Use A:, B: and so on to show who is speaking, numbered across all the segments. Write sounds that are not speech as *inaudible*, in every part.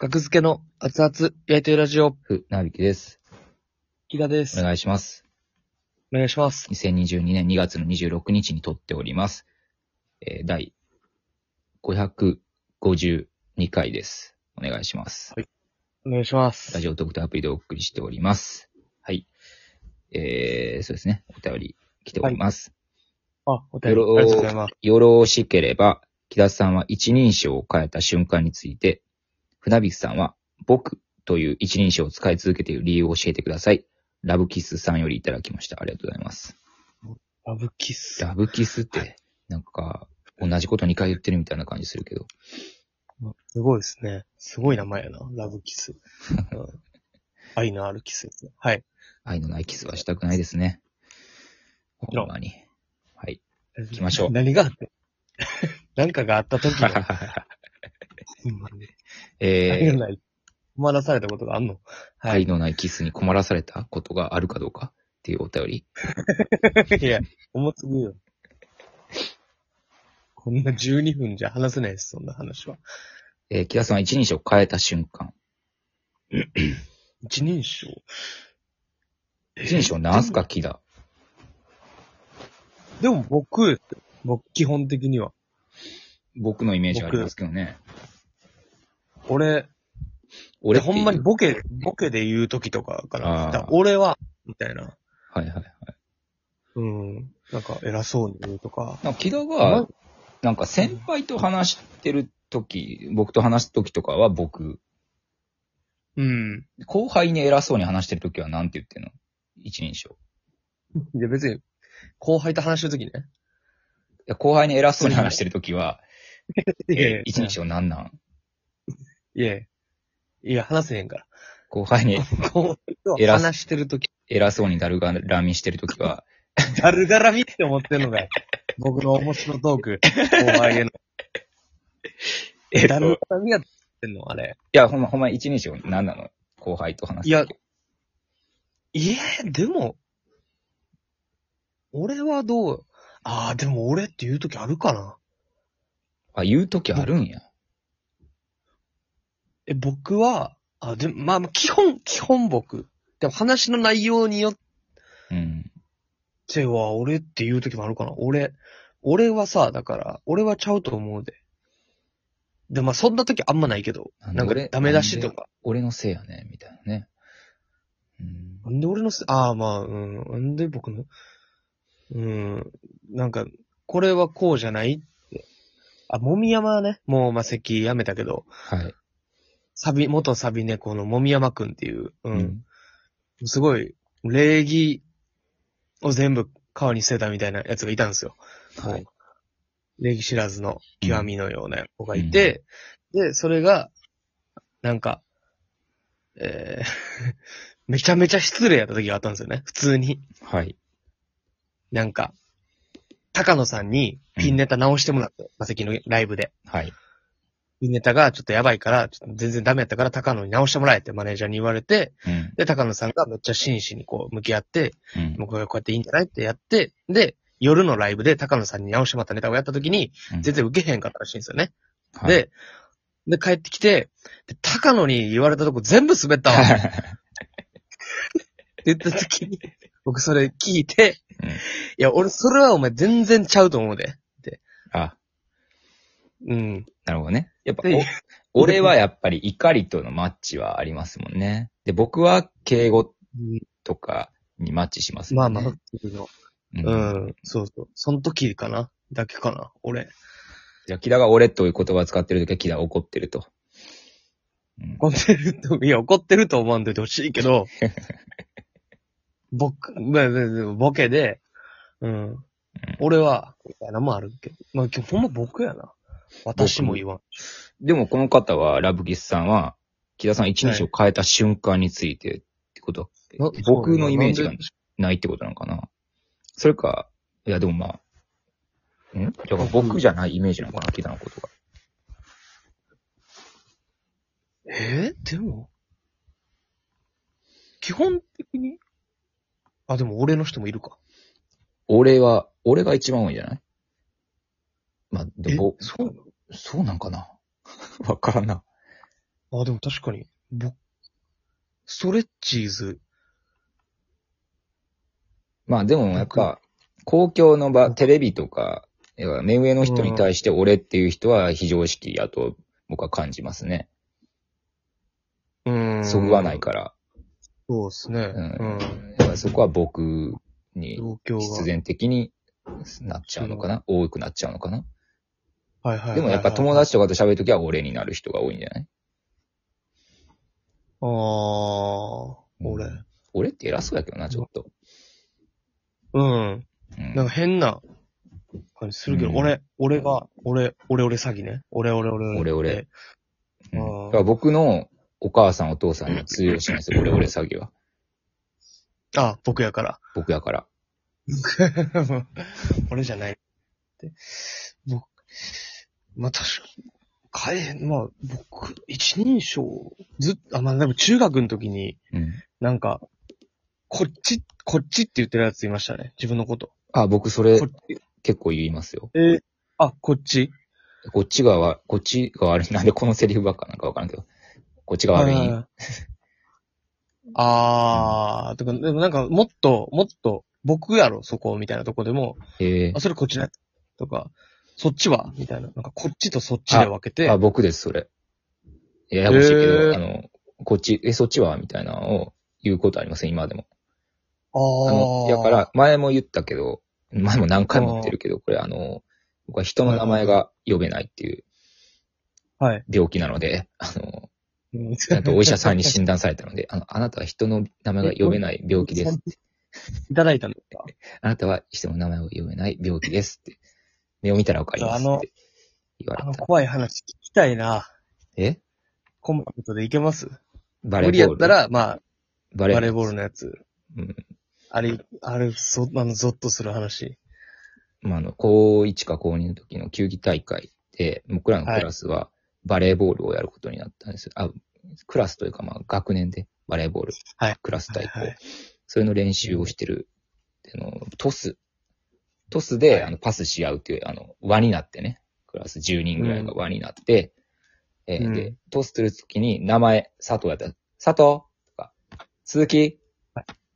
A: 学付けの熱々焼いてるラジオ、
B: ふ、なびきです。
A: 木田で
B: お
A: す。
B: 願いします。
A: お願いします。
B: 2022年2月の26日に撮っております。えー第552回です。お願いします。
A: お願いします
B: ラ。ジオトークとアプリでお送りしております。はい。えー、そうですね。お便り来ております。
A: あ、お便り
B: よろ
A: ありがとうございます。
B: よろしければ、木田さんは一人称を変えた瞬間について、船引さんは僕という一人称を使い続けている理由を教えてください。ラブキスさんよりいただきました。ありがとうございます。
A: ラブキス。
B: ラブキスって、なんか、同じこと2回言ってるみたいな感じするけど。
A: すごいですね。すごい名前やな。ラブキス。うん愛のあるキスですね。はい。
B: 愛のないキスはしたくないですね。ほんまに。はい。
A: 行
B: きましょう
A: 何があって。 *laughs* 何かがあった時
B: *laughs*
A: の、ほんまに愛
B: え
A: の
B: ー、
A: ない。困らされたことがあんのは
B: 愛
A: い。
B: のないキスに困らされたことがあるかどうかっていうお便
A: *laughs*
B: り。
A: いや、重すぎるよ。こんな12分じゃ話せないです、そんな話は。
B: えー、木田さんは一人称を変えた瞬間。
A: 一人称。
B: 一人称なんすか、木田。
A: でも僕、僕基本的には、
B: 僕のイメージありますけどね。
A: 俺、
B: 俺ってい
A: ほ
B: うん
A: まに。ボケ、ボケで言う時とかか
B: あ
A: な。
B: ー
A: だ俺は、みたいな。
B: はいはいはい。
A: うん。なんか偉そうに言うとか。
B: なんか木田
A: ま
B: が、なんか先輩と話してる時、僕と話す時とかは僕。
A: うん。
B: 後輩に偉そうに話してるときはなんて言ってんの一人称。
A: いや別に、後輩と話してる時ね。
B: いや後輩に偉そうに話してるときは、えー一人
A: *laughs* い
B: 称なんなん
A: やいや、いや話せへん *laughs* から。
B: 後輩に
A: 後輩と
B: 偉そう
A: 話してる時、
B: 偉そうにだるがらみしてるときは、
A: だるがらみって思ってんの *laughs* かい。僕の面白トー *laughs* ク、後輩への。
B: えっ
A: だ
B: と、
A: る
B: い
A: がらみやってんのあれ。
B: や、ほんま、ほんま一人称なんなの後輩と話す。
A: いや、いや、でも、俺はどう、ああ、でも俺って言う時あるかな。
B: あ、言うときあるんや。
A: え、僕は、あ、でも、まあ、基本、基本僕。でも話の内容によっ
B: うん。
A: ては、俺って言う時もあるかな。俺、俺はさ、だから、俺はちゃうと思うで。で、まあ、そんな時あんまないけど、
B: なんで
A: なんか
B: 俺
A: ダメ出しとか。
B: 俺のせいやね、みたいなね。うん。
A: なんで俺のせ、ああ、まあ、うん、なんで僕の、うん、なんか、これはこうじゃないって。あ、もみ山ね、もう、まあ、席やめたけど、
B: はい。
A: サビ、元サビ猫のもみ山くんっていう、
B: う
A: うん、。すごい、礼儀を全部川に捨てたみたいなやつがいたんですよ。
B: はい。
A: 礼儀知らずの極みのような子がいて、で、それが、なんか、えー、 *laughs* めちゃめちゃ失礼やった時があったんですよね。普通に。
B: はい。
A: なんか、高野さんにピンネタ直してもらって、マセキのライブで。
B: はい。
A: ピンネタがちょっとやばいから、ちょっと全然ダメやったから高野に直してもらえってマネージャーに言われて、
B: うん。
A: で、高野さんがめっちゃ真摯にこう向き合って、
B: うん。
A: もうこれこうやっていいんじゃないってやって、で、夜のライブで高野さんに直してもらったネタをやった時に、
B: うん
A: 全然受けへんかったらしいんですよね。
B: はい、
A: で、で、帰ってきて、で高野に言われたとこ全部滑ったわって言った時に、僕それ聞いて、
B: うん
A: いや、俺それはお前全然ちゃうと思うで。
B: *laughs* あ、
A: うん。
B: なるほどね。やっぱ
A: で、
B: お俺はやっぱり怒りとのマッチはありますもんね。で、僕は敬語とかにマッチします
A: ま
B: も
A: あ
B: ん
A: ま
B: ね。
A: あ、
B: うん。
A: うん、そうそう。その時かなだけかな俺。
B: じゃあ、キダが俺という言葉を使ってるときはキダは怒ってると。うん
A: 怒ってると、いや、怒ってると思わんといてほしいけ
B: *laughs*
A: ど、僕、まあまあまあボケで、うん。俺は、みたいなのもあるけど、まあ、今日ほんま僕やな。私も言わん。
B: でもこの方は、ラブギスさんは、キダさん一日を変えた瞬間についてってことは、
A: な
B: 僕のイメージが
A: なんで
B: ないってことなのかな。それか、いやでもまあ、んだから僕じゃないイメージなのかな、キダのことが。
A: えーでも、基本的に、あ、でも俺の人もいるか。
B: 俺は、俺が一番多いんじゃないまあ、で
A: え
B: も、
A: そうなの
B: *laughs* そうなんかなわからんな。
A: あ、でも確かに、ぼ、ストレッチーズ。
B: まあでもやっぱ、公共の場、テレビとか、要は目上の人に対して俺っていう人は非常識やと僕は感じますね。
A: うーん。
B: そぐわない。から。
A: そうですね。
B: う
A: うんん。
B: やっぱそこは僕に
A: 状況が。
B: 必然的になっちゃうのかな多くなっちゃうのかな
A: はいはいはいはい。
B: でもやっぱ友達とかと喋るときは俺になる人が多いんじゃない
A: ああ、俺。
B: 俺って偉そうやけどな、ちょっと。
A: うん。
B: うん
A: なんか変な感じするけど、
B: うん
A: 俺、俺が、俺、俺俺詐欺ね。俺俺俺俺。
B: 俺俺。う
A: あー
B: ん、だから僕のお母さんお父さんには通用しないですよ。俺俺詐欺は。
A: あ、僕やから。 *laughs*
B: 僕やから。
A: 俺じゃない。で僕、まあ、確か、変えへん。まあ、僕、一人称、ずっと、あ、まあ、でも中学の時に、
B: うん。
A: なんか、こっち、こっちって言ってるやついましたね。自分のこと。
B: あ、僕それ
A: こっち。
B: 結構言いますよ。
A: えーあ、こっち
B: こっちがわ、こっちが悪い。なんでこのセリフばっかなんかわからんけど。こっちが悪い。
A: はいはい
B: *laughs*
A: はいあー、とか、でもなんか、もっと、もっと、僕やろ、そこ、みたいなとこでも、
B: え
A: あ、それこっちね。とか、そっちはみたいな。なんか、こっちとそっちで分けて、
B: ー、あ、僕です、それ。ややこしいけど、
A: へー
B: あの、こっち、え、そっちはみたいなのを言うことありません、今でも。
A: あ
B: あの、
A: ー
B: だから、前も言ったけど、前も何回も言ってるけど、これあの、僕は人の名前が呼べないっていう
A: はい。
B: 病気なので、あの、ち
A: ち
B: *laughs* ゃんとお医者さんに診断されたので、あの、あなたは人の名前が呼べない
A: *laughs*
B: 病気です。。
A: いただいたんですか
B: あなたは人の名前を呼べない病気ですって。目を見たらわかります
A: あ
B: っ
A: の
B: て言わ
A: あ
B: れ
A: の、
B: た。
A: 怖い話聞きたいな。
B: え
A: コンパクトでいけます
B: バレーボール。
A: 無理やった、ら、まあ、
B: バレ
A: バレ
B: ー
A: ー
B: ボ
A: ボー
B: ー
A: ル
B: ル。
A: のやつ。
B: うん
A: あれ、あれ、そ、あの、ゾッとする話。
B: まあ、あの、高1か高2の時の球技大会で、僕らのクラスはバレーボールをやることになったんですよ。あ、クラスというか、まあ、学年でバレーボール。
A: はい
B: クラス対抗。
A: はいはい
B: それの練習をしてる。あの、トス。トスで、
A: はい
B: あの、パスし合うっていう、あの、輪になってね。クラス10人ぐらいが輪になって、えー
A: うん
B: で、トスするときに名前、佐藤やったら、佐藤とか、鈴木、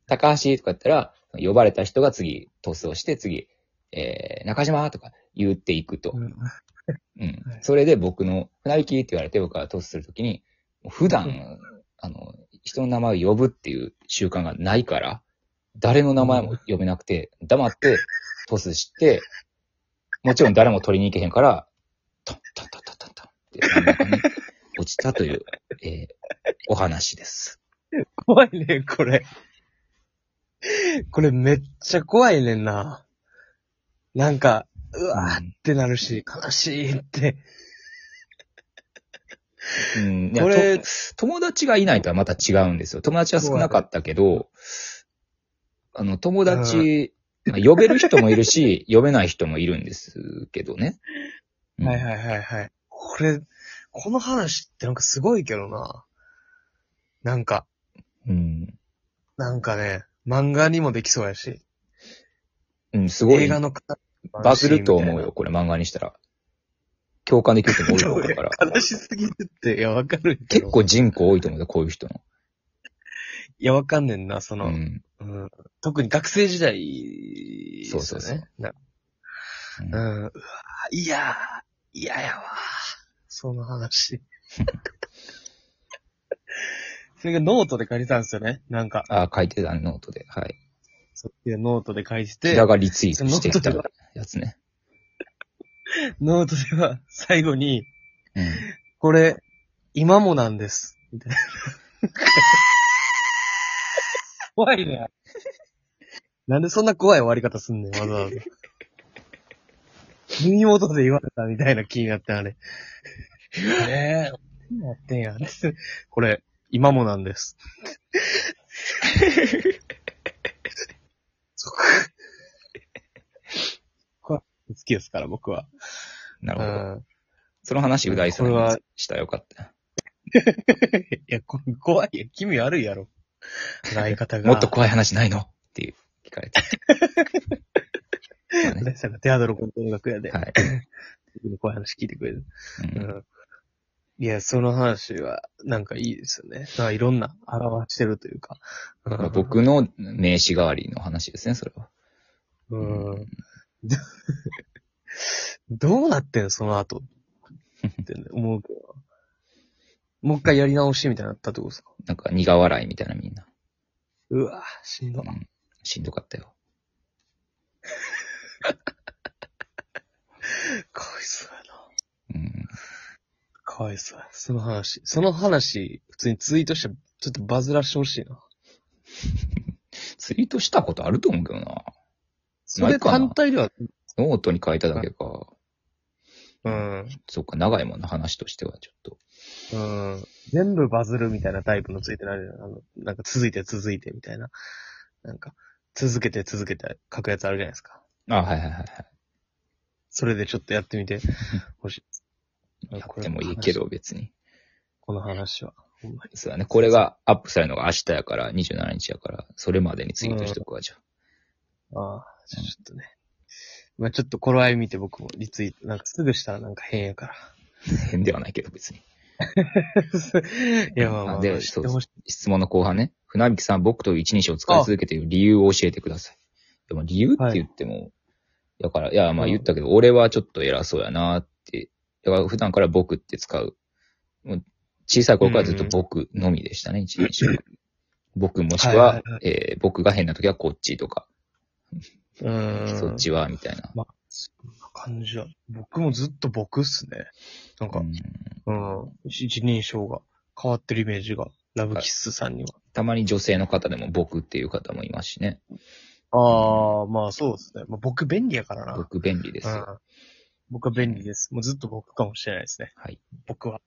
B: 高橋とかやったら、呼ばれた人が次、トスをして、次、えー中島とか言っていくと。
A: うん
B: うん
A: はい。
B: それで僕の、船引きって言われて僕がトスするときに、もう普段、
A: う
B: あの、人の名前を呼ぶっていう習慣がないから、誰の名前も呼べなくて、黙ってトスして、もちろん誰も取りに行けへんから、トントントントントントンって真ん中に落ちたという、えーお話です。
A: 怖いね、これ。これめっちゃ怖いねんな。なんか、うわーってなるし、悲しいって。
B: うん。いや
A: これ、
B: 友達がいないとはまた違うんですよ。友達は少なかったけど、あの、友達、まあ呼べる人もいるし、 *laughs* 呼べない人もいるんですけどね。うん
A: はいはいはいはい。これ、この話ってなんかすごいけどな。なんか、
B: うん。
A: なんかね、漫画にもできそうやし、
B: うん、すご
A: 映
B: い、
A: 画の形にもあ
B: バ
A: し
B: ズると思う
A: み
B: よ、これ漫画にしたら。共感できる人も多い
A: た
B: と
A: いな
B: 思
A: *laughs*
B: うから。
A: 悲しすぎるって、いやわかるけど。
B: 結構人口多いと思うよ、こういう人の。
A: いやわかんねんな、その、
B: う
A: うん
B: ん。
A: 特に学生時代、
B: そうそうそ
A: です
B: う
A: よね。な
B: うん
A: うん。うわいやー、嫌ややわー。その話。 *laughs* それがノートで借りたんですよね。なんか、
B: ああ、書いてたノートで。はい。
A: そっちでノートで返して、
B: 平がリツイートしてきた
A: その
B: やつね。
A: ノートでは最後に、
B: うん。
A: これ、今もなんです。みたいな。怖いね。なんでそんな怖い終わり方すんねん、わざわざ。耳元で言われたみたいな気になって、あれ。ええー、やってんや。 *laughs* これ、今もなんです。 *laughs* そっかこれ好きですから、僕は。
B: な
A: う
B: るほど。
A: ん。
B: その話、う大さんに
A: これは
B: したらよかった。
A: *laughs* いや、こ怖いよ。気味悪いやろ。捉え方が。
B: もっと怖い話ないのっていう、聞かれ
A: *laughs*
B: て。まあね
A: ね、さんがテアドロコンの音楽屋で、
B: はい。
A: 僕の怖い話聞いてくれる。
B: うん
A: うん。いや、その話は、なんかいいですよね。なんかいろんな表してるというか。
B: まあ、僕の名刺代わりの話ですね、それは。
A: うん。どうなってんのその後。って
B: *laughs*
A: 思うけどな。もう一回やり直してみたいになったってことですか
B: なんか苦笑いみたいなみんな。
A: うわしんど
B: う。んしんどかったよ。
A: かわいそうやな。
B: うん。
A: かわいそうや。その話。その話、普通にツイートして、ちょっとバズらしてほしいな。
B: ツイートしたことあると思うけどな。
A: それ単体では、
B: ノートに書いただけか。
A: うん。
B: そっか、長いもんな、話としては、ちょっと。
A: うん。全部バズるみたいなタイプのついてないあの、なんか続いて続いてみたいな。なんか、続けて続けて書くやつあるじゃないですか。
B: あ、はいはいはいはい。
A: それでちょっとやってみてほしい。
B: やってもいいけど、別に。
A: この話は。ほんまに
B: そうだね。これがアップされるのが明日やから、27日やから、それまでにツイートしとくわ、じゃあ。
A: ああ、じゃあちょっとね。まあちょっと頃合い見て僕もリツイート、なんかすぐしたらなんか変や
B: *laughs*
A: から。
B: 変ではないけど、別に。
A: いや、まあまあ、
B: あで
A: 知ってほしい。
B: 質問の後半ね。船引さん、僕という一人称を使い続けている理由を教えてください。でも理由って言っても、だから、いや、まあ
A: うん
B: 言ったけど、俺はちょっと偉そうやなって。だから普段から僕って使う。もう小さい頃からずっと僕のみでしたね、一人称。僕もし
A: は
B: くはい
A: はいは、
B: えー僕が変な時はこっちとか、
A: う
B: そ
A: ー
B: っ
A: ん。
B: ちは、みたいな。
A: まあ、そんな感じは。僕もずっと僕っすね。なんか
B: う、ん
A: うん。一人称が変わってるイメージが、ラブキッスさんには。
B: たまに女性の方でも僕っていう方もいますしね。
A: ああ、まあそうですね。まあ、僕便利やからな。
B: 僕便利です
A: う
B: よ。
A: ん。僕は便利です。もうずっと僕かもしれないですね。
B: はい。
A: 僕は。